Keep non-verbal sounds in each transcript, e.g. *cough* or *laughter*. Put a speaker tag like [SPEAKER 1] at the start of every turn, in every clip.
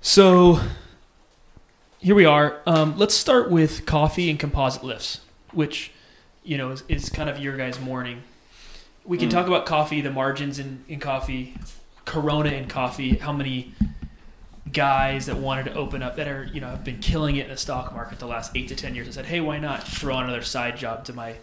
[SPEAKER 1] So here we are. Um, let's start with coffee and composite lifts, which you know is, is kind of your guys' morning. We can talk about coffee, the margins in, in coffee, Corona in coffee, how many guys that wanted to open up that are you know have been killing it in the stock market the last eight to ten years and said, hey, why not throw on another side job to my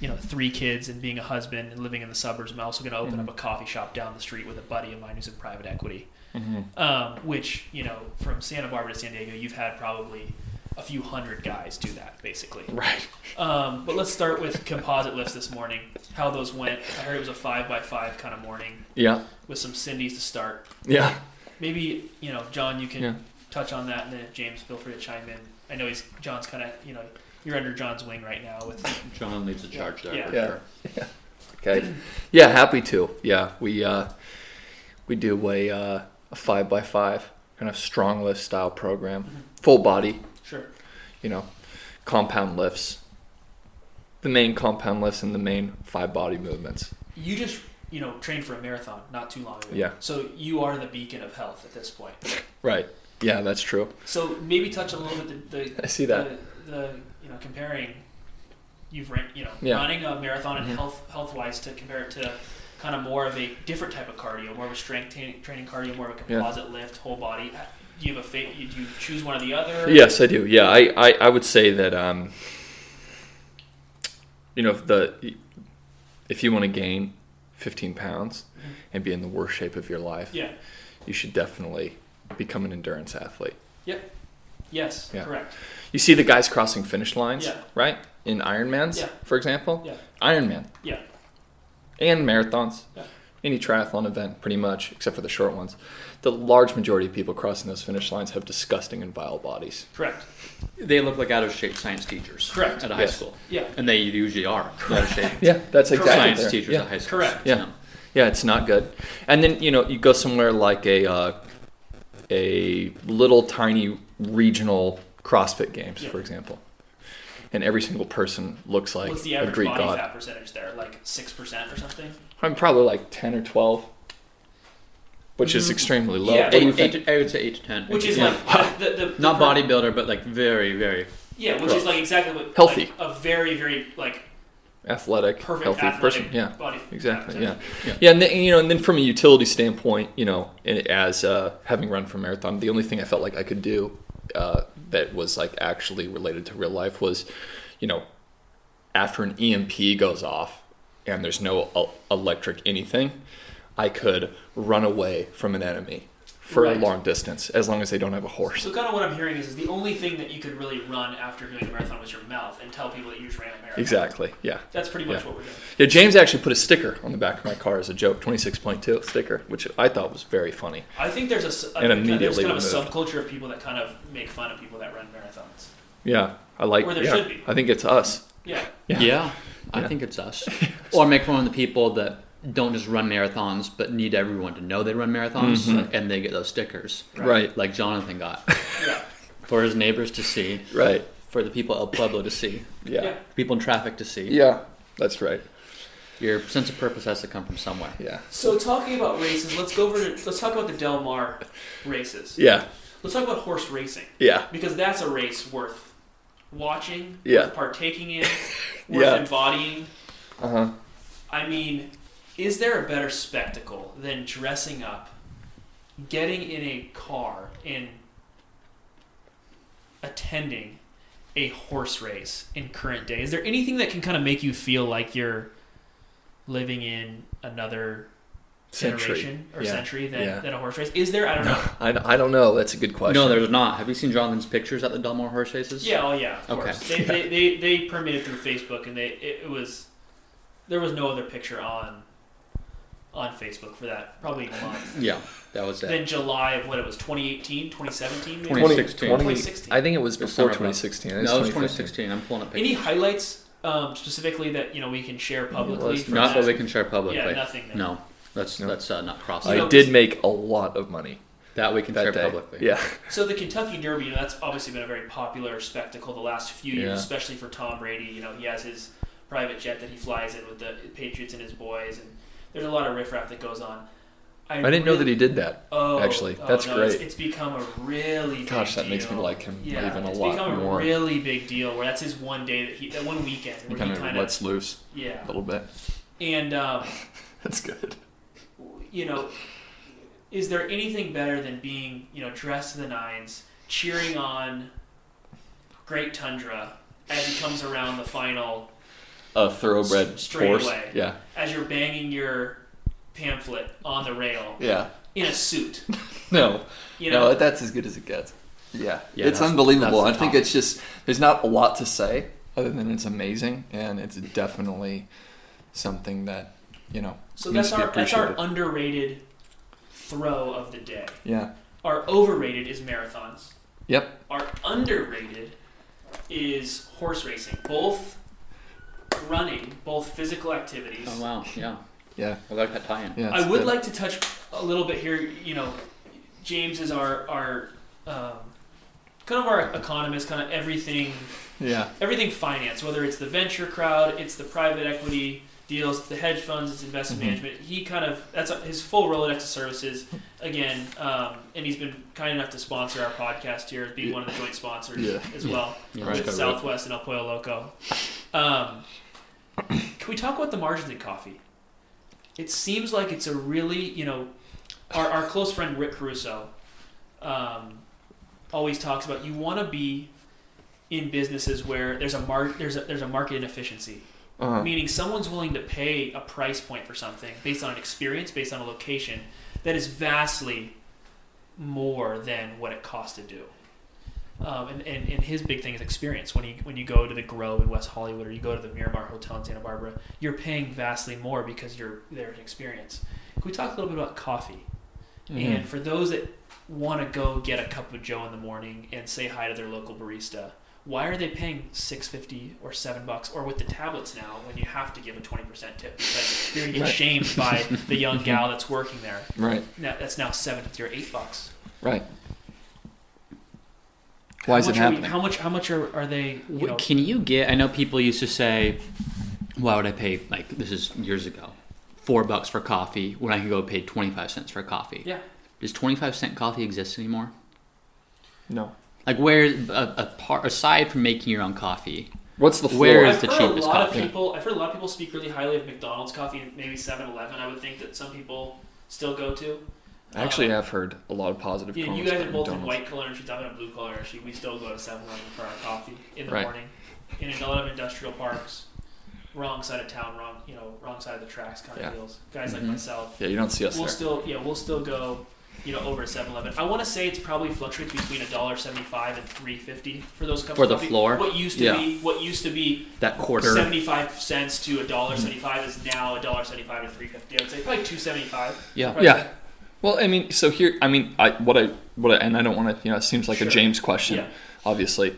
[SPEAKER 1] you know three kids and being a husband and living in the suburbs. I'm also going to open up a coffee shop down the street with a buddy of mine who's in private equity
[SPEAKER 2] Mm-hmm.
[SPEAKER 1] um, which you know from Santa Barbara to San Diego, you've had probably a few hundred guys do that basically.
[SPEAKER 2] Right.
[SPEAKER 1] Um, but let's start with composite lifts this morning. How those went? I heard it was a five by five kind of morning
[SPEAKER 2] Yeah.
[SPEAKER 1] with some Cindy's to start.
[SPEAKER 2] Yeah.
[SPEAKER 1] Maybe you know John, you can
[SPEAKER 2] Yeah.
[SPEAKER 1] touch on that, and then if James, feel free to chime in. I know he's John's kind of you know you're under John's wing right now with
[SPEAKER 3] John leads the charge there
[SPEAKER 1] Yeah.
[SPEAKER 3] for
[SPEAKER 2] Yeah.
[SPEAKER 3] sure.
[SPEAKER 2] Okay. Yeah, happy to. Yeah, we uh, we do a uh, a five by five kind of strong lift style program, full body.
[SPEAKER 1] sure
[SPEAKER 2] You know, compound lifts. The main compound lifts and the main five body movements.
[SPEAKER 1] you just you know trained for a marathon not too long ago.
[SPEAKER 2] Yeah.
[SPEAKER 1] So you are the beacon of health at this point.
[SPEAKER 2] Right. Yeah, that's true.
[SPEAKER 1] So maybe touch a little bit the, the
[SPEAKER 2] I see that.
[SPEAKER 1] the, the you know comparing you've ran you know
[SPEAKER 2] Yeah.
[SPEAKER 1] running a marathon and
[SPEAKER 2] Mhm.
[SPEAKER 1] health health wise to compare it to kind of more of a different type of cardio, more of a strength ta- training cardio, more of a
[SPEAKER 2] Yeah.
[SPEAKER 1] composite lift, whole body. Uh, Do you have a fa- you- do you choose one or the other?
[SPEAKER 2] Yes, I do. Yeah, I, I, I would say that um, you know if the if you want to gain 15 pounds and be in the worst shape of your life,
[SPEAKER 1] Yeah.
[SPEAKER 2] you should definitely become an endurance athlete.
[SPEAKER 1] Yes.
[SPEAKER 2] Yeah.
[SPEAKER 1] Correct.
[SPEAKER 2] You see the guys crossing finish lines,
[SPEAKER 1] Yeah.
[SPEAKER 2] right? In Ironmans,
[SPEAKER 1] Yeah.
[SPEAKER 2] for example.
[SPEAKER 1] Yeah.
[SPEAKER 2] Ironman.
[SPEAKER 1] Yeah.
[SPEAKER 2] And marathons.
[SPEAKER 1] Yeah.
[SPEAKER 2] Any triathlon event, pretty much, except for the short ones. The large majority of people crossing those finish lines have disgusting and vile bodies.
[SPEAKER 1] Correct.
[SPEAKER 3] They look like out of shape science teachers.
[SPEAKER 1] Correct.
[SPEAKER 3] At a high
[SPEAKER 2] Yes.
[SPEAKER 3] school.
[SPEAKER 1] Yeah.
[SPEAKER 3] And they usually are out of
[SPEAKER 1] *laughs*
[SPEAKER 3] shape.
[SPEAKER 2] Yeah, that's exactly
[SPEAKER 3] Science
[SPEAKER 2] there.
[SPEAKER 3] teachers
[SPEAKER 2] Yeah.
[SPEAKER 3] at high school.
[SPEAKER 1] Correct.
[SPEAKER 2] Yeah. Yeah, it's not good. And then you know you go somewhere like a uh, a little tiny regional CrossFit Games,
[SPEAKER 1] Yeah.
[SPEAKER 2] for example, and every single person looks like
[SPEAKER 1] What's the
[SPEAKER 2] a
[SPEAKER 1] average
[SPEAKER 2] Greek
[SPEAKER 1] body
[SPEAKER 2] god.
[SPEAKER 1] fat percentage there? Like six percent or something?
[SPEAKER 2] I'm probably like ten or twelve, which is extremely
[SPEAKER 1] Mm-hmm.
[SPEAKER 2] low.
[SPEAKER 1] Yeah.
[SPEAKER 2] What do you
[SPEAKER 3] Eight,
[SPEAKER 2] think?
[SPEAKER 3] eight to, I would say eight to ten.
[SPEAKER 1] Which is
[SPEAKER 3] Yeah.
[SPEAKER 1] like the, the, the
[SPEAKER 3] not
[SPEAKER 1] per-
[SPEAKER 3] bodybuilder, but like very, very.
[SPEAKER 1] Yeah, which is like exactly what like,
[SPEAKER 2] Healthy.
[SPEAKER 1] a very very like
[SPEAKER 2] Athletic,
[SPEAKER 1] perfect
[SPEAKER 2] healthy
[SPEAKER 1] athletic
[SPEAKER 2] person. Yeah.
[SPEAKER 1] body fat
[SPEAKER 2] Exactly.
[SPEAKER 1] percentage.
[SPEAKER 2] Yeah. yeah. And then, you know, and then from a utility standpoint, you know, and as uh, having run for marathon, the only thing I felt like I could do uh, that was like actually related to real life was, you know, after an EMP goes off and there's no el- electric anything, I could run away from an enemy for
[SPEAKER 1] Right.
[SPEAKER 2] a long distance as long as they don't have a horse. *laughs*
[SPEAKER 1] So kind of what I'm hearing is, is the only thing that you could really run after doing a marathon was your mouth and tell people that you just ran a marathon.
[SPEAKER 2] Exactly. Yeah.
[SPEAKER 1] That's pretty much
[SPEAKER 2] Yeah.
[SPEAKER 1] what we're doing.
[SPEAKER 2] Yeah, James actually put a sticker on the back of my car as a joke, 26.2 sticker, which I thought was very funny.
[SPEAKER 1] I think there's a s- I
[SPEAKER 2] And
[SPEAKER 1] think there's
[SPEAKER 2] immediately
[SPEAKER 1] kind of a
[SPEAKER 2] removed.
[SPEAKER 1] subculture of people that kind of make fun of people that run marathons.
[SPEAKER 2] Yeah, I like.
[SPEAKER 1] Or there
[SPEAKER 2] yeah,
[SPEAKER 1] should be.
[SPEAKER 2] I think it's us.
[SPEAKER 1] Yeah,
[SPEAKER 2] Yeah.
[SPEAKER 3] I
[SPEAKER 2] Yeah.
[SPEAKER 3] think
[SPEAKER 1] *laughs*
[SPEAKER 3] it's us. or make fun of the people that don't just run marathons, but need everyone to know they run marathons,
[SPEAKER 2] Mm-hmm.
[SPEAKER 3] and they get those stickers,
[SPEAKER 2] Right.
[SPEAKER 3] like Jonathan got,
[SPEAKER 1] yeah,
[SPEAKER 3] for his neighbors to see,
[SPEAKER 2] Right.
[SPEAKER 3] for the people El Pueblo to see,
[SPEAKER 2] Yeah.
[SPEAKER 1] yeah.
[SPEAKER 2] yeah.
[SPEAKER 3] people in traffic to see.
[SPEAKER 2] That's right.
[SPEAKER 3] Your sense of purpose has to come from somewhere.
[SPEAKER 2] Yeah.
[SPEAKER 1] So talking about races, let's go over to let's talk about the Del Mar races.
[SPEAKER 2] Yeah.
[SPEAKER 1] Let's talk about horse racing
[SPEAKER 2] Yeah.
[SPEAKER 1] because that's a race worth watching,
[SPEAKER 2] Yeah.
[SPEAKER 1] worth partaking
[SPEAKER 2] *laughs*
[SPEAKER 1] in, worth
[SPEAKER 2] Yeah.
[SPEAKER 1] embodying.
[SPEAKER 2] Uh huh.
[SPEAKER 1] I mean, is there a better spectacle than dressing up, getting in a car, and attending a horse race in current day? Is there anything that can kind of make you feel like you're living in another generation or
[SPEAKER 2] Yeah.
[SPEAKER 1] century than,
[SPEAKER 2] Yeah.
[SPEAKER 1] than a horse race? Is there? I don't know.
[SPEAKER 2] *laughs* I, I don't know. That's a good question.
[SPEAKER 3] No, there's not. Have you seen Jonathan's pictures at the Delmar horse races?
[SPEAKER 1] Yeah, oh yeah, of
[SPEAKER 3] Okay.
[SPEAKER 1] course. They, they, they, they permitted through Facebook, and they it, it was there was no other picture on on Facebook for that probably a month.
[SPEAKER 3] Yeah, that was it.
[SPEAKER 1] Then July of what it was 2018, 2017, maybe?
[SPEAKER 3] 20.
[SPEAKER 2] 2016.
[SPEAKER 1] 2016.
[SPEAKER 2] I think it was
[SPEAKER 3] It was
[SPEAKER 2] before
[SPEAKER 3] summer, bro.
[SPEAKER 2] 2016.
[SPEAKER 3] No,
[SPEAKER 2] It's
[SPEAKER 3] that was
[SPEAKER 2] 2015.
[SPEAKER 3] 2016. I'm pulling up
[SPEAKER 1] Any
[SPEAKER 3] pictures.
[SPEAKER 1] highlights um, specifically that you know we can share publicly?
[SPEAKER 2] let's
[SPEAKER 1] from
[SPEAKER 3] Not that
[SPEAKER 1] that?
[SPEAKER 3] we can share publicly.
[SPEAKER 1] Yeah, nothing. There.
[SPEAKER 3] No, that's
[SPEAKER 2] No.
[SPEAKER 3] that's uh, not cross.
[SPEAKER 1] You
[SPEAKER 2] I
[SPEAKER 1] know,
[SPEAKER 2] did make a lot of money
[SPEAKER 3] that we can share
[SPEAKER 2] that day.
[SPEAKER 3] publicly.
[SPEAKER 2] Yeah.
[SPEAKER 1] So the Kentucky Derby, you know, that's obviously been a very popular spectacle the last few years,
[SPEAKER 2] Yeah.
[SPEAKER 1] especially for Tom Brady. You know, he has his private jet that he flies in with the Patriots and his boys, and there's a lot of riffraff that goes on. I,
[SPEAKER 2] I didn't know that he did that.
[SPEAKER 1] Oh,
[SPEAKER 2] actually.
[SPEAKER 1] oh,
[SPEAKER 2] That's
[SPEAKER 1] no, it's-
[SPEAKER 2] great.
[SPEAKER 1] It's, become a really
[SPEAKER 2] Gosh,
[SPEAKER 1] big
[SPEAKER 2] that makes me
[SPEAKER 1] deal.
[SPEAKER 2] like him
[SPEAKER 1] yeah,
[SPEAKER 2] even a
[SPEAKER 1] it's
[SPEAKER 2] lot
[SPEAKER 1] become
[SPEAKER 2] more.
[SPEAKER 1] a really big deal. Where that's his one day that he that one weekend
[SPEAKER 2] he
[SPEAKER 1] where
[SPEAKER 2] kind
[SPEAKER 1] he
[SPEAKER 2] of
[SPEAKER 1] kind of
[SPEAKER 2] lets loose
[SPEAKER 1] yeah
[SPEAKER 2] a little bit.
[SPEAKER 1] and. Um,
[SPEAKER 2] *laughs* That's good.
[SPEAKER 1] you know, is there anything better than being, you know, dressed to the nines, cheering on Great Tundra as he comes around the final,
[SPEAKER 2] A thoroughbred
[SPEAKER 1] S- straight
[SPEAKER 2] horse.
[SPEAKER 1] away.
[SPEAKER 2] Yeah,
[SPEAKER 1] as you're banging your pamphlet on the rail
[SPEAKER 2] yeah.
[SPEAKER 1] in a suit?
[SPEAKER 2] No,
[SPEAKER 1] You
[SPEAKER 2] no,
[SPEAKER 1] know,
[SPEAKER 2] that's as good as it gets. Yeah,
[SPEAKER 3] Yeah,
[SPEAKER 2] it's
[SPEAKER 3] that's-
[SPEAKER 2] unbelievable.
[SPEAKER 3] that's the
[SPEAKER 2] I think
[SPEAKER 3] top.
[SPEAKER 2] it's just there's not a lot to say other than it's amazing, and it's definitely something that you know.
[SPEAKER 1] so that's
[SPEAKER 2] needs to be
[SPEAKER 1] our that's our
[SPEAKER 2] appreciated.
[SPEAKER 1] underrated throw of the day.
[SPEAKER 2] Yeah.
[SPEAKER 1] Our overrated is marathons.
[SPEAKER 2] Yep.
[SPEAKER 1] Our underrated is horse racing. Both running, both physical activities.
[SPEAKER 3] Oh wow, yeah.
[SPEAKER 2] Yeah.
[SPEAKER 3] I like that tie-in.
[SPEAKER 2] Yeah.
[SPEAKER 1] I
[SPEAKER 2] it's
[SPEAKER 1] would
[SPEAKER 2] good.
[SPEAKER 1] like to touch a little bit here. You know, James is our our um, kind of our economist, kind of everything
[SPEAKER 2] Yeah.
[SPEAKER 1] everything finance. Whether it's the venture crowd, it's the private equity deals, it's the hedge funds, it's investment
[SPEAKER 2] Mhm.
[SPEAKER 1] management. He kind of that's his full rolodex of services. Again, um, and he's been kind enough to sponsor our podcast here, be one of the joint sponsors
[SPEAKER 2] Yeah.
[SPEAKER 1] as well
[SPEAKER 3] Yeah.
[SPEAKER 2] Right.
[SPEAKER 1] with Southwest and El Pollo Loco. Um, can we talk about the margins in coffee? It seems like it's a really, you know, our, our close friend Rick Caruso um, always talks about you want to be in businesses where there's a mar- there's a there's a market inefficiency,
[SPEAKER 2] Uh-huh.
[SPEAKER 1] meaning someone's willing to pay a price point for something based on an experience, based on a location that is vastly more than what it costs to do. Um, and, and, and his big thing is experience. When you when you go to the Grove in West Hollywood or you go to the Miramar Hotel in Santa Barbara, you're paying vastly more because you're there to experience. Can we talk a little bit about coffee?
[SPEAKER 2] Mm-hmm.
[SPEAKER 3] Mm-hmm.
[SPEAKER 1] And for those that want to go get a cup of Joe in the morning and say hi to their local barista, why are they paying six fifty or seven bucks or with the tablets now when you have to give a twenty percent tip because you're
[SPEAKER 3] *laughs*
[SPEAKER 1] gonna get
[SPEAKER 2] Right.
[SPEAKER 1] shamed by the young
[SPEAKER 3] Mm-hmm.
[SPEAKER 1] gal that's working there?
[SPEAKER 2] Right.
[SPEAKER 1] Now, that's now seven fifty or eight bucks.
[SPEAKER 2] Right. Why is
[SPEAKER 1] how much
[SPEAKER 2] it
[SPEAKER 1] are we-
[SPEAKER 2] happening?
[SPEAKER 1] how much? How much are, are they? You
[SPEAKER 3] What-
[SPEAKER 1] know,
[SPEAKER 3] Can you get? I know people used to say, "Why would I pay like this is years ago, four bucks for coffee when I can go pay twenty five cents for coffee?"
[SPEAKER 1] yeah.
[SPEAKER 3] Does twenty five cent coffee exist anymore?
[SPEAKER 2] no.
[SPEAKER 3] Like where a, a part aside from making your own coffee,
[SPEAKER 2] What's the floor?
[SPEAKER 3] Where is
[SPEAKER 1] I've
[SPEAKER 3] the
[SPEAKER 1] heard
[SPEAKER 3] cheapest
[SPEAKER 1] a lot
[SPEAKER 3] coffee?
[SPEAKER 1] Of people, I've heard a lot of people speak really highly of McDonald's coffee, and maybe 7-Eleven. I would think that some people still go to.
[SPEAKER 2] Actually, I've heard a lot of positive
[SPEAKER 1] Yeah, you
[SPEAKER 2] comments
[SPEAKER 1] guys are
[SPEAKER 2] about
[SPEAKER 1] both in
[SPEAKER 2] McDonald's.
[SPEAKER 1] white collar industries. I'm in a blue collar industry. We still go to 7-Eleven for our coffee in the
[SPEAKER 2] Right.
[SPEAKER 1] morning. In a lot of industrial parks, wrong side of town, wrong you know, wrong side of the tracks kind
[SPEAKER 2] Yeah. Mm-hmm.
[SPEAKER 1] of deals. Guys
[SPEAKER 3] Mhm.
[SPEAKER 1] like myself,
[SPEAKER 2] Yeah, you don't see us
[SPEAKER 1] we'll
[SPEAKER 2] there.
[SPEAKER 1] still yeah, we'll still go. You know, over at 7-Eleven. I want to say it's probably fluctuates between a dollar seventy-five and three fifty for those cups
[SPEAKER 3] For
[SPEAKER 1] of
[SPEAKER 3] the
[SPEAKER 1] coffee.
[SPEAKER 3] floor?
[SPEAKER 1] What used to
[SPEAKER 2] Yeah.
[SPEAKER 1] be what used to be
[SPEAKER 3] that quarter.
[SPEAKER 1] seventy-five cents to a
[SPEAKER 2] Mm-hmm.
[SPEAKER 1] dollar seventy-five is now a dollar seventy-five to three fifty. I would say probably two seventy-five.
[SPEAKER 3] yeah,
[SPEAKER 2] Yeah. Well, I mean, so here, I mean, I what I what I, and I don't want to, you know, it seems like
[SPEAKER 1] Sure.
[SPEAKER 2] a James question,
[SPEAKER 1] Yeah.
[SPEAKER 2] obviously.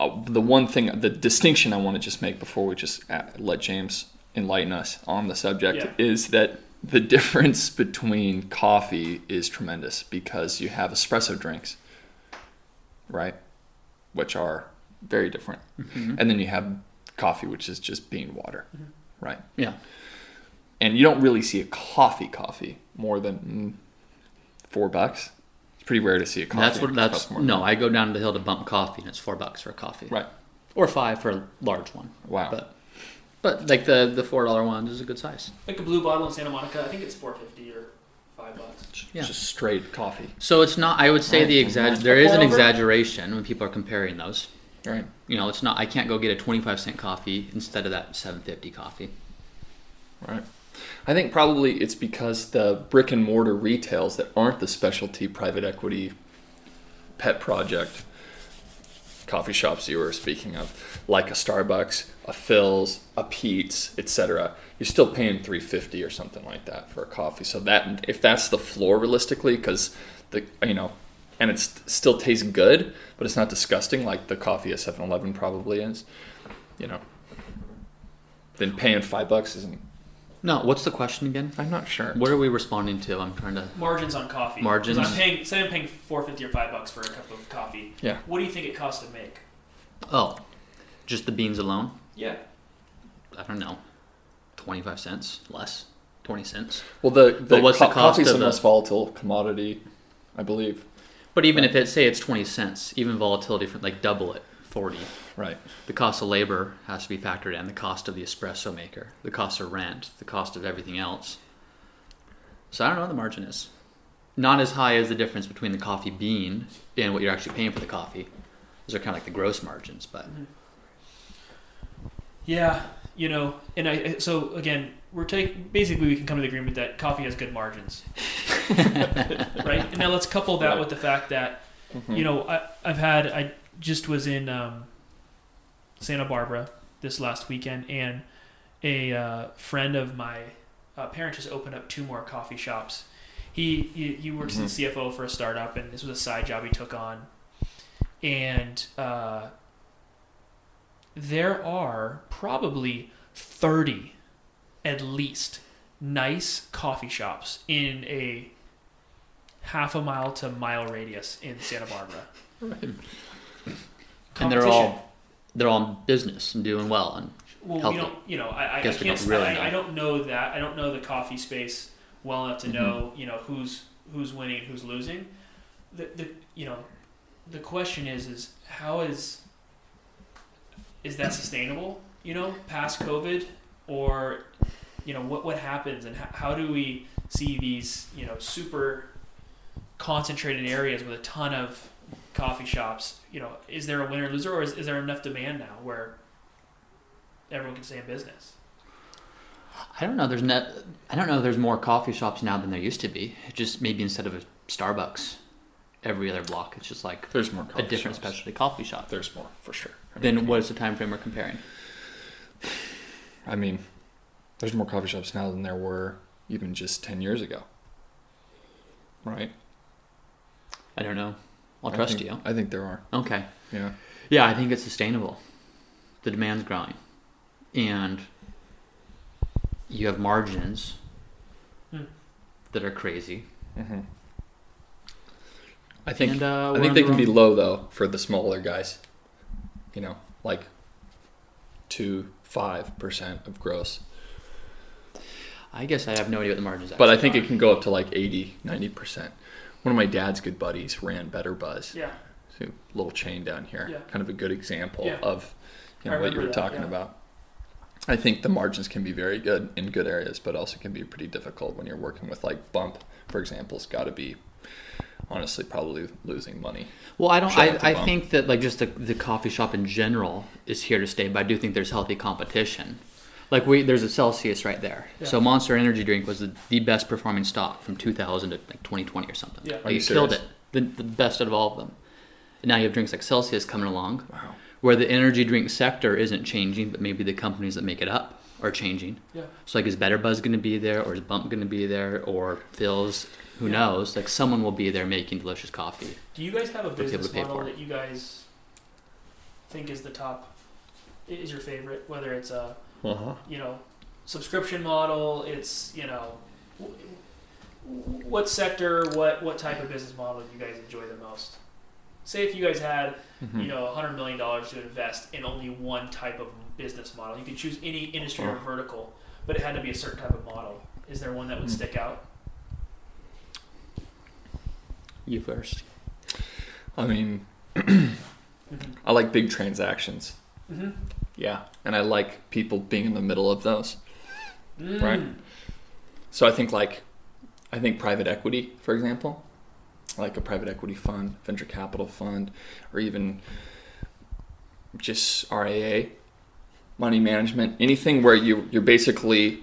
[SPEAKER 2] Uh, the one thing, the distinction I want to just make before we just uh, let James enlighten us on the subject
[SPEAKER 1] Yeah.
[SPEAKER 2] is that the difference between coffee is tremendous because you have espresso drinks, right, which are very different,
[SPEAKER 3] Mm-hmm.
[SPEAKER 2] and then you have coffee, which is just bean water, right
[SPEAKER 3] yeah.
[SPEAKER 2] and you don't really see a coffee coffee more than mm, four bucks. It's pretty rare to see a coffee.
[SPEAKER 3] That's what. That's
[SPEAKER 2] cost more than
[SPEAKER 3] no. I go down the hill to bump coffee, and it's four bucks for a coffee,
[SPEAKER 2] that. right.
[SPEAKER 3] Or five for a large one.
[SPEAKER 2] Wow.
[SPEAKER 3] But, but like the the four dollar ones is a good size.
[SPEAKER 1] Like a blue bottle in Santa Monica, I think it's four fifty or five bucks.
[SPEAKER 3] yeah.
[SPEAKER 2] Just straight coffee.
[SPEAKER 3] So it's not. I would say
[SPEAKER 2] Right,
[SPEAKER 3] the
[SPEAKER 2] and
[SPEAKER 3] exag-
[SPEAKER 2] that's-
[SPEAKER 3] there is an
[SPEAKER 1] Moreover-
[SPEAKER 3] exaggeration when people are comparing those.
[SPEAKER 2] Right.
[SPEAKER 3] You know, it's not. I can't go get a twenty-five cent coffee instead of that seven fifty coffee.
[SPEAKER 2] Right. I think probably it's because the brick and mortar retails that aren't the specialty private equity pet project coffee shops you were speaking of, like a Starbucks, a Phil's, a Pete's, etc. You're still paying 350 or something like that for a coffee. So that if that's the floor realistically cuz the you know and it still tastes good, but it's not disgusting like the coffee at 7-Eleven probably is. You know. Then paying 5 bucks isn't
[SPEAKER 3] No, what's the question again?
[SPEAKER 2] I'm not sure.
[SPEAKER 3] What are we responding to? I'm trying to.
[SPEAKER 1] Margins on coffee.
[SPEAKER 3] Margins.
[SPEAKER 1] 'Cause I'm paying, say I'm paying four fifty or five bucks for a cup of coffee.
[SPEAKER 2] Yeah.
[SPEAKER 1] What do you think it costs to make?
[SPEAKER 3] Oh, just the beans alone.
[SPEAKER 1] Yeah.
[SPEAKER 3] I don't know. Twenty-five cents less. twenty cents.
[SPEAKER 2] Well, the, the,
[SPEAKER 3] what's
[SPEAKER 2] co-
[SPEAKER 3] the cost
[SPEAKER 2] coffee's
[SPEAKER 3] of
[SPEAKER 2] the
[SPEAKER 3] the-
[SPEAKER 2] most volatile commodity, I believe.
[SPEAKER 3] But even if it say it's twenty cents, even volatility from like double it, forty.
[SPEAKER 2] Right.
[SPEAKER 3] The cost of labor has to be factored in. The cost of the espresso maker, the cost of rent, the cost of everything else. So I don't know what the margin is. Not as high as the difference between the coffee bean and what you're actually paying for the coffee. Those are kind of like the gross margins, but
[SPEAKER 1] Yeah, you know, and I I- so again, we're take basically we can come to the agreement that coffee has good margins, right? And now let's couple that with the fact that
[SPEAKER 2] Mm-hmm.
[SPEAKER 1] you know I, I've had I just was in um, Santa Barbara this last weekend, and a uh, friend of my uh, parents just opened up two more coffee shops. He he, he works as a CFO for a startup, and this was a side job he took on, and. Uh, there are probably 30 at least nice coffee shops in a half a mile to mile radius in Santa Barbara.
[SPEAKER 3] and they're all they're all in business and doing well and
[SPEAKER 1] well,
[SPEAKER 3] healthy.
[SPEAKER 1] we don't, you know, I, I, I
[SPEAKER 3] Guess we
[SPEAKER 1] can't,
[SPEAKER 3] don't really
[SPEAKER 1] I,
[SPEAKER 3] know. Mm-hmm.
[SPEAKER 1] I don't know that. I don't know the coffee space well enough to know, you know, who's who's winning, who's losing. The, the you know, the question is, is how is is that sustainable? You know, past COVID, or you know, what what happens, and how, how do we see these, you know, super concentrated areas with a ton of coffee shops? You know, is there a winner or loser, or is, is there enough demand now where everyone can stay in business.
[SPEAKER 3] I don't know. There's not. I don't know. There's more coffee shops now than there used to be. It just maybe instead of a Starbucks, every other block, it's just like
[SPEAKER 2] There's more
[SPEAKER 3] a
[SPEAKER 2] coffee
[SPEAKER 3] different
[SPEAKER 2] shops.
[SPEAKER 3] specialty coffee shop.
[SPEAKER 2] There's more for sure. I mean,
[SPEAKER 3] Then what is the time frame we're comparing?
[SPEAKER 2] I mean, there's more coffee shops now than there were even just ten years ago. Right.
[SPEAKER 3] I don't know. I'll
[SPEAKER 2] I
[SPEAKER 3] trust
[SPEAKER 2] think-
[SPEAKER 3] you.
[SPEAKER 2] I think there are.
[SPEAKER 3] Okay.
[SPEAKER 2] Yeah.
[SPEAKER 3] Yeah, I think it's sustainable. The demand's growing, and you have margins
[SPEAKER 1] Hmm.
[SPEAKER 3] that are crazy.
[SPEAKER 2] Mm-hmm. I think
[SPEAKER 3] And, uh,
[SPEAKER 2] I
[SPEAKER 3] we're
[SPEAKER 2] think
[SPEAKER 3] on
[SPEAKER 2] they
[SPEAKER 3] the
[SPEAKER 2] can be
[SPEAKER 3] wrong-
[SPEAKER 2] low though for the smaller guys. You know, like two five percent of gross.
[SPEAKER 3] I guess I have no idea what the margins.
[SPEAKER 2] But I
[SPEAKER 3] actually
[SPEAKER 2] think
[SPEAKER 3] are.
[SPEAKER 2] it can go up to like 80, 90 percent. One of my dad's good buddies ran Better Buzz,
[SPEAKER 1] Yeah.
[SPEAKER 2] so little chain down here.
[SPEAKER 1] Yeah.
[SPEAKER 2] Kind of a good example
[SPEAKER 1] Yeah.
[SPEAKER 2] of you
[SPEAKER 1] I
[SPEAKER 2] know, what you
[SPEAKER 1] remember
[SPEAKER 2] were
[SPEAKER 1] that,
[SPEAKER 2] talking
[SPEAKER 1] yeah.
[SPEAKER 2] about. I think the margins can be very good in good areas, but also can be pretty difficult when you're working with like Bump, for example, has got to be honestly probably losing money.
[SPEAKER 3] Well, I don't.
[SPEAKER 2] Shout out to
[SPEAKER 3] I, I
[SPEAKER 2] Bob.
[SPEAKER 3] think that like just the, the coffee shop in general is here to stay, but I do think there's healthy competition. Like we, there's a Celsius right there. So
[SPEAKER 1] Yeah.
[SPEAKER 3] Monster Energy drink was the, the best performing stock from 2000 to like 2020 or something.
[SPEAKER 1] Yeah. Are
[SPEAKER 3] like,
[SPEAKER 2] you
[SPEAKER 3] it killed it.
[SPEAKER 2] serious?
[SPEAKER 3] The, the best out of all of them. And now you have drinks like Celsius coming along,
[SPEAKER 2] Wow.
[SPEAKER 3] where the energy drink sector isn't changing, but maybe the companies that make it up are changing.
[SPEAKER 1] Yeah.
[SPEAKER 3] So like, is Better Buzz going to be there, or is Bump going to be there, or Phils? Who
[SPEAKER 1] Yeah.
[SPEAKER 3] knows? Like someone will be there making delicious coffee.
[SPEAKER 1] Do you guys have a
[SPEAKER 3] What people
[SPEAKER 1] business
[SPEAKER 3] pay
[SPEAKER 1] model
[SPEAKER 3] for.
[SPEAKER 1] that you guys think is the top? Is your favorite? Whether it's a
[SPEAKER 2] Uh-huh.
[SPEAKER 1] you know subscription model, it's you know w- w- what sector, what what type of business model do you guys enjoy the most? Say if you guys had
[SPEAKER 2] Hmm.
[SPEAKER 1] you
[SPEAKER 2] Mm-hmm.
[SPEAKER 1] know hundred million dollars to invest in only one type of business model, you could choose any industry or
[SPEAKER 2] Uh-huh.
[SPEAKER 1] vertical, but it had to be a certain type of model. Is there one that would
[SPEAKER 2] Hmm.
[SPEAKER 1] stick out?
[SPEAKER 3] You first.
[SPEAKER 2] I mean,
[SPEAKER 1] Mhm.
[SPEAKER 2] I like big transactions.
[SPEAKER 1] Mhm.
[SPEAKER 2] Yeah. And I like people being in the middle of those.
[SPEAKER 1] Mm.
[SPEAKER 2] Right. So I think like I think private equity, for example, like a private equity fund, venture capital fund, or even just RIA, money management, anything where you you're basically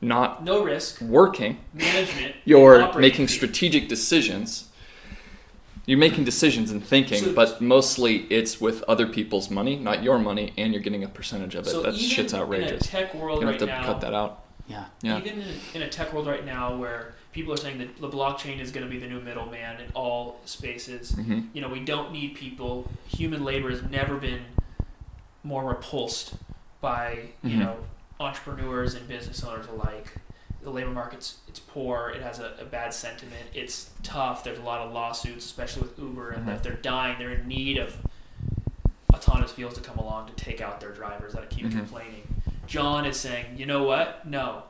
[SPEAKER 2] not
[SPEAKER 1] No risk.
[SPEAKER 2] working,
[SPEAKER 1] management.
[SPEAKER 2] you're
[SPEAKER 1] operating
[SPEAKER 2] making
[SPEAKER 1] fee.
[SPEAKER 2] strategic decisions. You're making decisions and thinking,
[SPEAKER 1] So-
[SPEAKER 2] but mostly it's with other people's money, not your money, and you're getting a percentage of it.
[SPEAKER 1] So
[SPEAKER 2] that
[SPEAKER 1] even
[SPEAKER 2] shit's
[SPEAKER 1] In a
[SPEAKER 2] outrageous.
[SPEAKER 1] tech
[SPEAKER 2] You're
[SPEAKER 1] world
[SPEAKER 2] gonna
[SPEAKER 1] right
[SPEAKER 2] have to
[SPEAKER 1] now,
[SPEAKER 2] cut that out.
[SPEAKER 3] Yeah.
[SPEAKER 2] Yeah.
[SPEAKER 1] even in, in a tech world right now, where people are saying that the blockchain is going to be the new middleman in all spaces.
[SPEAKER 2] hmm
[SPEAKER 1] You know, we don't need people. Human labor has never been more repulsed by you
[SPEAKER 2] Mhm.
[SPEAKER 1] know entrepreneurs and business owners alike. The labor market's it's poor. It has a, a bad sentiment. It's tough. There's a lot of lawsuits, especially with Uber and
[SPEAKER 2] Mhm.
[SPEAKER 1] Lyft. They're dying. They're in need of autonomous vehicles to come along to take out their drivers that keep
[SPEAKER 2] Mhm.
[SPEAKER 1] complaining. John is saying, you know what? No,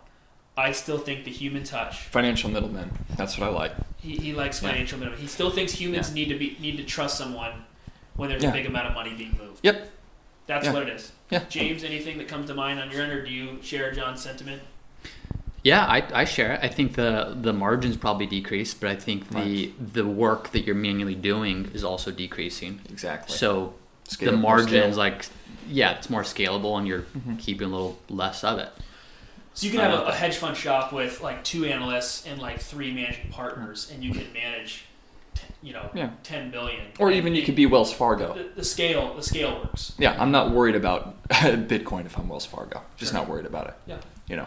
[SPEAKER 1] I still think the human touch.
[SPEAKER 2] Financial middlemen. That's what I like.
[SPEAKER 1] He, he likes
[SPEAKER 2] Yeah.
[SPEAKER 1] financial minimum. He still thinks humans need to be need to trust someone when there's
[SPEAKER 2] Yeah.
[SPEAKER 1] a big amount of money being moved.
[SPEAKER 2] Yep.
[SPEAKER 1] That's
[SPEAKER 2] Yeah.
[SPEAKER 1] what it is.
[SPEAKER 2] Yeah.
[SPEAKER 1] James, anything that comes to mind on your end, or do you share John's sentiment?
[SPEAKER 3] Yeah, I, I share it. I think the the margins probably decrease, but I think the the work that you're manually doing is also decreasing.
[SPEAKER 2] Exactly.
[SPEAKER 3] So
[SPEAKER 2] Scale-
[SPEAKER 3] the
[SPEAKER 2] more
[SPEAKER 3] margins,
[SPEAKER 2] scale.
[SPEAKER 3] like, yeah, it's more scalable, and you're keeping a little less of it.
[SPEAKER 1] So
[SPEAKER 2] Uh,
[SPEAKER 1] you can
[SPEAKER 3] I
[SPEAKER 1] have a,
[SPEAKER 3] like
[SPEAKER 1] a
[SPEAKER 3] that.
[SPEAKER 1] hedge fund shop with like two analysts and like three managing partners, and you can manage, t- you know,
[SPEAKER 2] Hmm. Yeah.
[SPEAKER 1] ten billion.
[SPEAKER 2] Or even you could be Wells Fargo.
[SPEAKER 1] the, the scale. The scale works.
[SPEAKER 2] Yeah, I'm not worried about *laughs* Bitcoin if I'm Wells Fargo. Just
[SPEAKER 1] Sure.
[SPEAKER 2] not worried about it.
[SPEAKER 1] Yeah.
[SPEAKER 2] You know,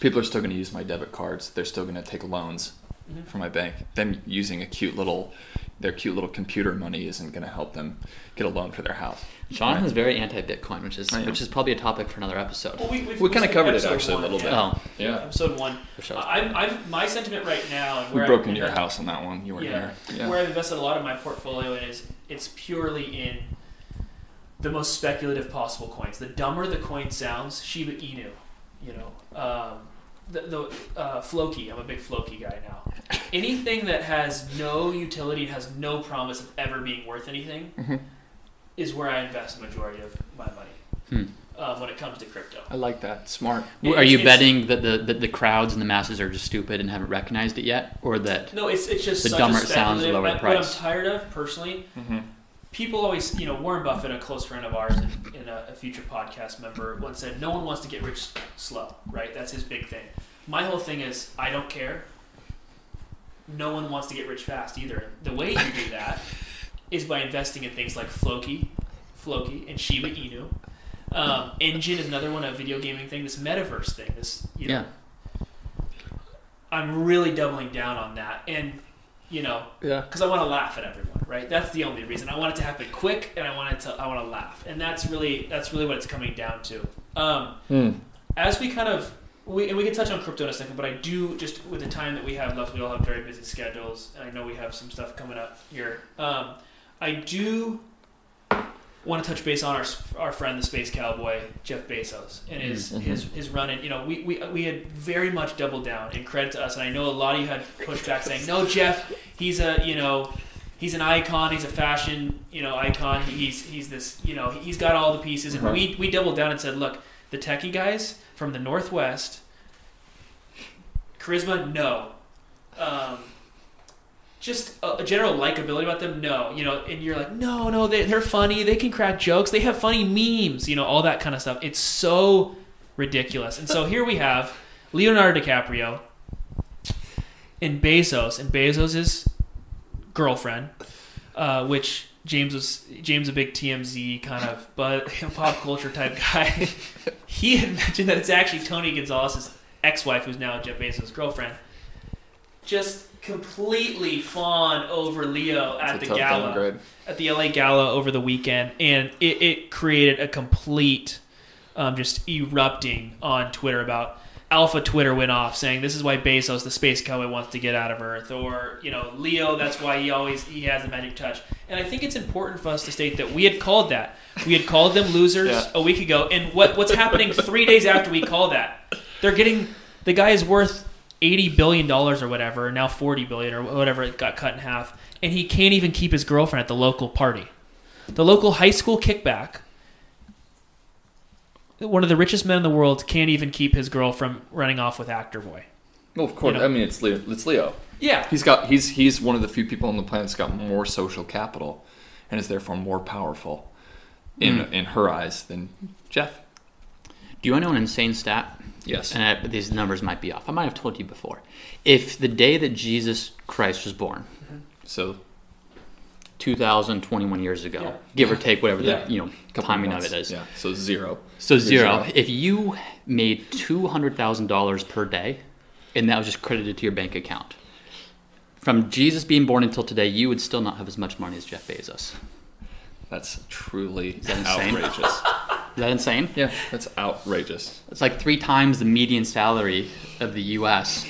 [SPEAKER 2] people are still going to use my debit cards. They're still going to take loans
[SPEAKER 1] Mhm.
[SPEAKER 2] from my bank. Them using a cute little, their cute little computer money isn't going to help them get a loan for their house.
[SPEAKER 3] Jonathan's very anti-Bitcoin, which is
[SPEAKER 2] I am.
[SPEAKER 3] which is probably a topic for another episode.
[SPEAKER 1] Well, we we've,
[SPEAKER 2] We kinda
[SPEAKER 1] we've-
[SPEAKER 2] covered it
[SPEAKER 1] episode
[SPEAKER 2] actually a
[SPEAKER 1] one,
[SPEAKER 2] little bit.
[SPEAKER 1] yeah.
[SPEAKER 3] Oh,
[SPEAKER 2] Yeah.
[SPEAKER 1] Episode one.
[SPEAKER 3] for sure.
[SPEAKER 1] I'm, I'm my sentiment right now, and
[SPEAKER 2] We
[SPEAKER 1] where
[SPEAKER 2] broke
[SPEAKER 1] I've-
[SPEAKER 2] into your house on that one. You weren't
[SPEAKER 1] Yeah.
[SPEAKER 2] here. Yeah.
[SPEAKER 1] where I've invested a lot of my portfolio in is it's purely in the most speculative possible coins. The dumber the coin sounds, Shiba Inu, you know, um, the, the uh, Floki. I'm a big Floki guy
[SPEAKER 3] *laughs*
[SPEAKER 1] now. Anything that has no utility, has no promise of ever being worth anything,
[SPEAKER 3] Mm-hmm.
[SPEAKER 2] Mhm.
[SPEAKER 1] is where I invest the majority of my money
[SPEAKER 3] Hmm.
[SPEAKER 1] uh, when it comes to crypto.
[SPEAKER 2] I like that. Smart.
[SPEAKER 3] Are you
[SPEAKER 1] It's-
[SPEAKER 3] betting that the, that the crowds and the masses are just stupid and haven't recognized it yet, or that
[SPEAKER 1] No, it's it's just
[SPEAKER 3] The
[SPEAKER 1] such
[SPEAKER 3] dumber
[SPEAKER 1] a
[SPEAKER 3] it sounds, the
[SPEAKER 1] speculative-
[SPEAKER 3] lower the
[SPEAKER 1] What I'm
[SPEAKER 3] price.
[SPEAKER 1] tired of personally
[SPEAKER 2] Mm-hmm.
[SPEAKER 1] people always, you know, Warren Buffett, a close friend of ours and, and a, a future podcast member, once said, "No one wants to get rich slow." Right? That's his big thing. My whole thing is, I don't care. No one wants to get rich fast either. The way you do that is by investing in things like Floki, Floki, and Shiba Inu. Um, Engine is another one, a video gaming thing. This metaverse thing. This, you know,
[SPEAKER 3] yeah,
[SPEAKER 1] I'm really doubling down on that, and you know,
[SPEAKER 2] Yeah.
[SPEAKER 1] because I want to laugh at everyone, right? That's the only reason. I want it to happen quick, and I want it to I want to laugh, and that's really that's really what it's coming down to. Um,
[SPEAKER 2] Hmm.
[SPEAKER 1] as we kind of we and we can touch on crypto in a second, but I do just with the time that we have left, we all have very busy schedules, and I know we have some stuff coming up here. Um, I do want to touch base on our s- our friend, the space cowboy Jeff Bezos, and his
[SPEAKER 2] Mhm.
[SPEAKER 1] his his run. in. you know, we, we we had very much doubled down, and credit to us. And I know a lot of you had pushback saying, "No, Jeff, he's a you know." He's an icon. He's a fashion, you know, icon. He's he's this, you know, he's got all the pieces. And
[SPEAKER 2] Right.
[SPEAKER 1] we we doubled down and said, look, the techie guys from the Northwest. Charisma, no. Um, just a, a general likability about them, no. You know, and you're like, no, no, they, they're funny. They can crack jokes. They have funny memes. You know, all that kind of stuff. It's so ridiculous. And so here we have Leonardo DiCaprio and Bezos, and Bezos' girlfriend, uh, which James was James a big TMZ kind of but *laughs* pop culture type guy. *laughs* he had mentioned that it's actually Tony Gonzalez's ex-wife, who's now Jeff Bezos' girlfriend. Just completely fawn over Leo at the gala at the LA Gala over the weekend, and it, it created a complete um, just erupting on Twitter about Alpha Twitter went off saying this is why Bezos, the space cowboy, wants to get out of Earth, or you know Leo, that's why he always he has the magic touch. And I think it's important for us to state that we had called that we had called them losers
[SPEAKER 2] Yeah.
[SPEAKER 1] a week ago, and what what's happening three days after we call that, they're getting the guy is worth eighty billion dollars or whatever, now forty billion or whatever it got cut in half, and he can't even keep his girlfriend at the local party. The local high school kickback. One of the richest men in the world can't even keep his girl from running off with actor boy.
[SPEAKER 2] Well, of course.
[SPEAKER 1] You know.
[SPEAKER 2] I mean, it's Leo. It's Leo.
[SPEAKER 1] Yeah,
[SPEAKER 2] He's got. He's he's one of the few people on the planet that's got more social capital, and is therefore more powerful, in
[SPEAKER 3] Hmm.
[SPEAKER 2] in her eyes than Jeff.
[SPEAKER 3] do you want to know an insane stat?
[SPEAKER 2] Yes.
[SPEAKER 3] And I, Uh, these numbers might be off. I might have told you before. If the day that Jesus Christ was born,
[SPEAKER 2] So
[SPEAKER 3] 2021 years ago,
[SPEAKER 1] Yeah.
[SPEAKER 3] give or take whatever
[SPEAKER 2] Yeah.
[SPEAKER 3] the you know
[SPEAKER 2] couple
[SPEAKER 3] timing
[SPEAKER 2] months.
[SPEAKER 3] of it is.
[SPEAKER 2] Yeah. So zero.
[SPEAKER 3] So
[SPEAKER 2] Zero.
[SPEAKER 3] zero. If you made two hundred thousand dollars per day, and that was just credited to your bank account, from Jesus being born until today, you would still not have as much money as Jeff Bezos. Is
[SPEAKER 2] That's truly
[SPEAKER 3] that insane?
[SPEAKER 2] outrageous.
[SPEAKER 3] that insane?
[SPEAKER 2] yeah, that's outrageous.
[SPEAKER 3] It's like three times the median salary of the U.S.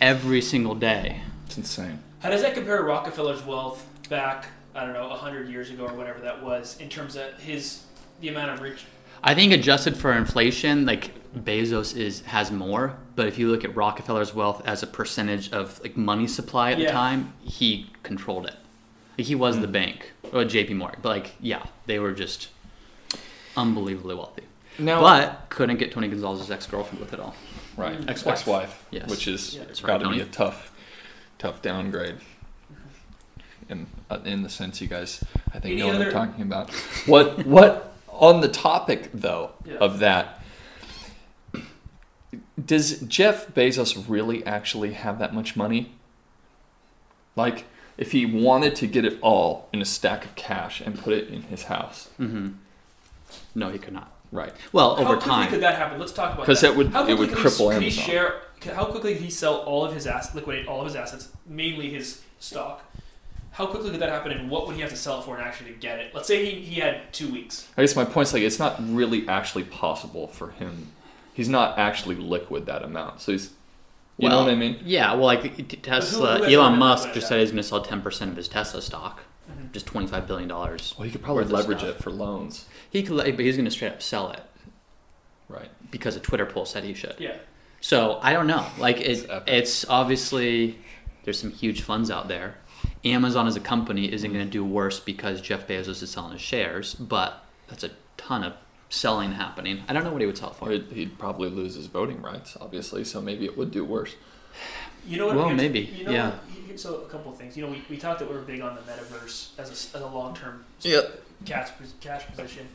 [SPEAKER 3] every single day.
[SPEAKER 2] It's insane.
[SPEAKER 1] how does that compare to Rockefeller's wealth back? I don't know, hundred years ago or whatever that was, in terms of his the amount of rich
[SPEAKER 3] I think adjusted for inflation, like Bezos is has more, but if you look at Rockefeller's wealth as a percentage of like money supply at
[SPEAKER 1] Yeah. Hmm.
[SPEAKER 3] the time, he controlled it. Like he was the bank or JP Morgan, but like yeah, they were just unbelievably wealthy.
[SPEAKER 2] Now-
[SPEAKER 3] but couldn't get Tony Gonzalez's ex-girlfriend with it all.
[SPEAKER 2] Right.
[SPEAKER 3] Ex-wife.
[SPEAKER 2] Ex-wife.
[SPEAKER 3] Mm-hmm. Yes.
[SPEAKER 2] Which is
[SPEAKER 1] Yeah.
[SPEAKER 2] it's got to
[SPEAKER 3] Sorry,
[SPEAKER 2] be a
[SPEAKER 3] Tony.
[SPEAKER 2] tough, tough downgrade. In uh, in the sense you guys, I think
[SPEAKER 1] Any
[SPEAKER 2] know what
[SPEAKER 1] other-
[SPEAKER 2] I'm talking about. What what on the topic though
[SPEAKER 1] Yeah.
[SPEAKER 2] of that? Does Jeff Bezos really actually have that much money? Like, if he wanted to get it all in a stack of cash and put it in his house,
[SPEAKER 3] Mm-hmm. No, he could not.
[SPEAKER 2] right?
[SPEAKER 3] Well,
[SPEAKER 1] how
[SPEAKER 3] over
[SPEAKER 1] quickly
[SPEAKER 3] time.
[SPEAKER 1] could that happen? Let's talk about
[SPEAKER 2] 'Cause
[SPEAKER 1] that.
[SPEAKER 2] that would-
[SPEAKER 1] how
[SPEAKER 2] it
[SPEAKER 1] quickly
[SPEAKER 2] would
[SPEAKER 1] could he-
[SPEAKER 2] cripple
[SPEAKER 1] could he
[SPEAKER 2] Amazon.
[SPEAKER 1] share? could- How quickly could he sell all of his assets, liquidate all of his assets, mainly his stock? How quickly could that happen, and what would he have to sell it for in action to get it? Let's say he, he had two weeks.
[SPEAKER 2] I guess my point's like it's not really actually possible for him. He's not actually liquid that amount. So he's, you know
[SPEAKER 3] Well,
[SPEAKER 2] what I mean?
[SPEAKER 3] Yeah, well, like t-
[SPEAKER 1] who
[SPEAKER 3] Tesla,
[SPEAKER 1] has
[SPEAKER 3] Elon
[SPEAKER 1] owned it
[SPEAKER 3] Musk
[SPEAKER 1] like that?
[SPEAKER 3] just said he's going to sell 10% of his Tesla stock,
[SPEAKER 1] Mm-hmm.
[SPEAKER 3] just $25 billion.
[SPEAKER 2] Well, he could probably
[SPEAKER 3] Worth of
[SPEAKER 2] leverage
[SPEAKER 3] stuff.
[SPEAKER 2] it for loans,
[SPEAKER 3] He could, like, but he's going to straight up sell it
[SPEAKER 2] right?
[SPEAKER 3] because a Twitter poll said he should.
[SPEAKER 1] Yeah.
[SPEAKER 3] So I don't know. Like, it,
[SPEAKER 2] epic.
[SPEAKER 3] it's obviously there's some huge funds out there. Amazon as a company isn't going to do worse because Jeff Bezos is selling his shares, but that's a ton of selling happening. I don't know what he would sell
[SPEAKER 2] Or
[SPEAKER 3] for.
[SPEAKER 2] he'd- he'd probably lose his voting rights, obviously. So maybe it would do worse.
[SPEAKER 1] You know what?
[SPEAKER 3] Well,
[SPEAKER 1] here's-
[SPEAKER 3] maybe,
[SPEAKER 1] You know,
[SPEAKER 3] yeah.
[SPEAKER 1] you- So a couple of things. You know, we, we talked that we were big on the metaverse as a, s- as a long term
[SPEAKER 2] Yeah.
[SPEAKER 1] cash pos- cash position.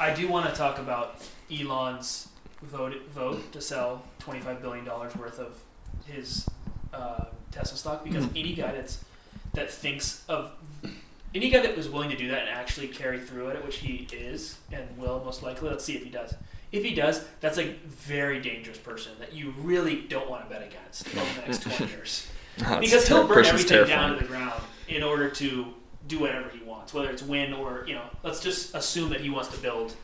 [SPEAKER 1] I do want to talk about Elon's vote vote to sell twenty five billion dollars worth of his uh, Tesla stock because any guy that's that thinks of any guy that was willing to do that and actually carry through at it, which he is and will most likely. Let's see if he does. If he does, that's a very dangerous person that you really don't want to bet against over the next twenty years because he'll burn everything down to the ground in order to do whatever he wants, whether it's win or you know. Let's just assume that he wants to build,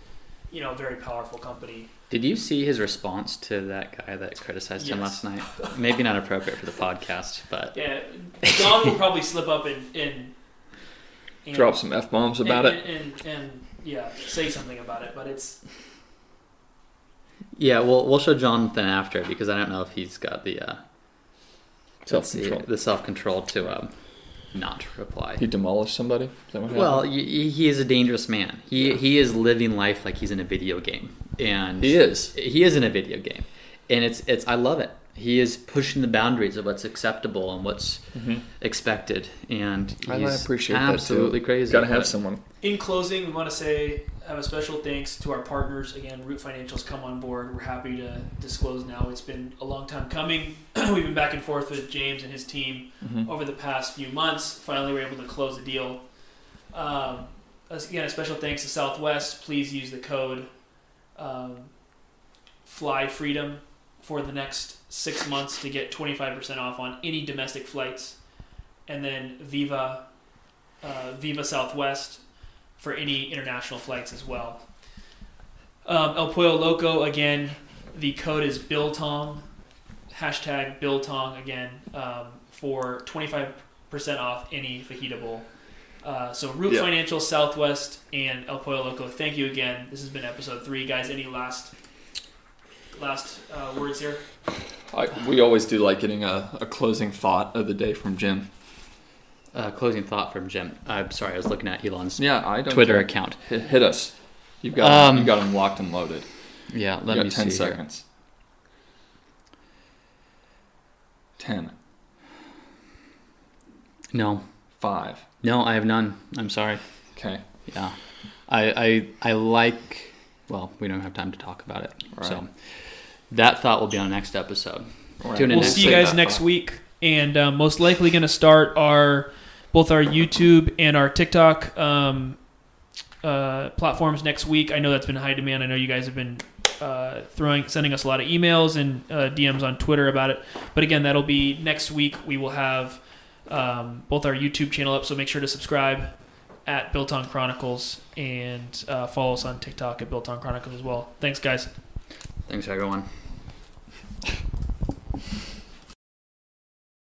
[SPEAKER 1] you know, a very powerful company.
[SPEAKER 3] Did you see his response to that guy that criticized him
[SPEAKER 1] Yes.
[SPEAKER 3] last night? Maybe not appropriate for the podcast, but
[SPEAKER 1] Yeah, Don will probably slip up and and, and
[SPEAKER 2] Drop some f bombs about
[SPEAKER 1] and,
[SPEAKER 2] it.
[SPEAKER 1] and, and, and yeah, say something about it. But it's
[SPEAKER 3] Yeah, we'll we'll show Jonathan after because I don't know if he's got the uh, let's see,
[SPEAKER 2] Self-control.
[SPEAKER 3] the self control to um, not reply.
[SPEAKER 2] He demolished somebody. Is that what
[SPEAKER 3] Well,
[SPEAKER 2] happened?
[SPEAKER 3] y- y- he is a dangerous man. He he is living life like he's in a video game, and
[SPEAKER 2] he is.
[SPEAKER 3] he is in a video game, and it's it's I love it. He is pushing the boundaries of what's acceptable and what's expected, and he's
[SPEAKER 2] I- I appreciate that, too.
[SPEAKER 3] absolutely crazy.
[SPEAKER 2] Got to have
[SPEAKER 3] But-
[SPEAKER 2] someone.
[SPEAKER 1] In closing, we want to say have a special thanks to our partners. Again, Root Financials come on board. We're happy to disclose now. It's been a long time coming. *clears throat* We've been back and forth with James and his team
[SPEAKER 3] Mm-hmm.
[SPEAKER 2] Mhm.
[SPEAKER 1] over the past few months. Finally, we're able to close the deal. Um, as- again, a special thanks to Southwest. Please use the code um, Fly Freedom for the next six months to get 25% off on any domestic flights. And then Viva, uh, Viva Southwest for any international flights as well. Um, El Pollo Loco, again, the code is Biltong, hashtag Biltong again, um, for 25% off any fajita bowl. Uh, so Root
[SPEAKER 2] Yeah.
[SPEAKER 1] Financial, Southwest, and El Pollo Loco, thank you again. This has been episode three. Guys, any last last uh, words here?
[SPEAKER 2] I, we always do like getting a, a closing thought of the day from Jim.
[SPEAKER 3] Uh, closing thought from Jim. I'm sorry, I was looking at Elon's
[SPEAKER 2] Yeah, I don't.
[SPEAKER 3] Twitter
[SPEAKER 2] care.
[SPEAKER 3] account.
[SPEAKER 2] Hit, hit us. You've got
[SPEAKER 3] Um,
[SPEAKER 2] you got him locked and loaded.
[SPEAKER 3] Yeah,
[SPEAKER 2] You
[SPEAKER 3] let
[SPEAKER 2] got
[SPEAKER 3] me
[SPEAKER 2] 10
[SPEAKER 3] see here.
[SPEAKER 2] seconds. 10,
[SPEAKER 3] No,
[SPEAKER 2] 5.
[SPEAKER 3] no, I have none. I'm sorry.
[SPEAKER 2] Okay.
[SPEAKER 3] Yeah, I I, I like. Well, we don't have time to talk about it. So
[SPEAKER 2] Right.
[SPEAKER 3] that thought will be on next episode.
[SPEAKER 2] All right.
[SPEAKER 3] Tune in
[SPEAKER 1] we'll
[SPEAKER 3] next
[SPEAKER 1] see you
[SPEAKER 3] week.
[SPEAKER 1] guys next week and um, most likely going to start our both our youtube and our tiktok um, uh, platforms next week i know that's been high demand i know you guys have been uh, throwing sending us a lot of emails and uh, dms on twitter about it but again that'll be next week we will have um, both our youtube channel up so make sure to subscribe at built on chronicles and uh, follow us on tiktok at built on chronicles as well thanks guys
[SPEAKER 3] Thanks, everyone.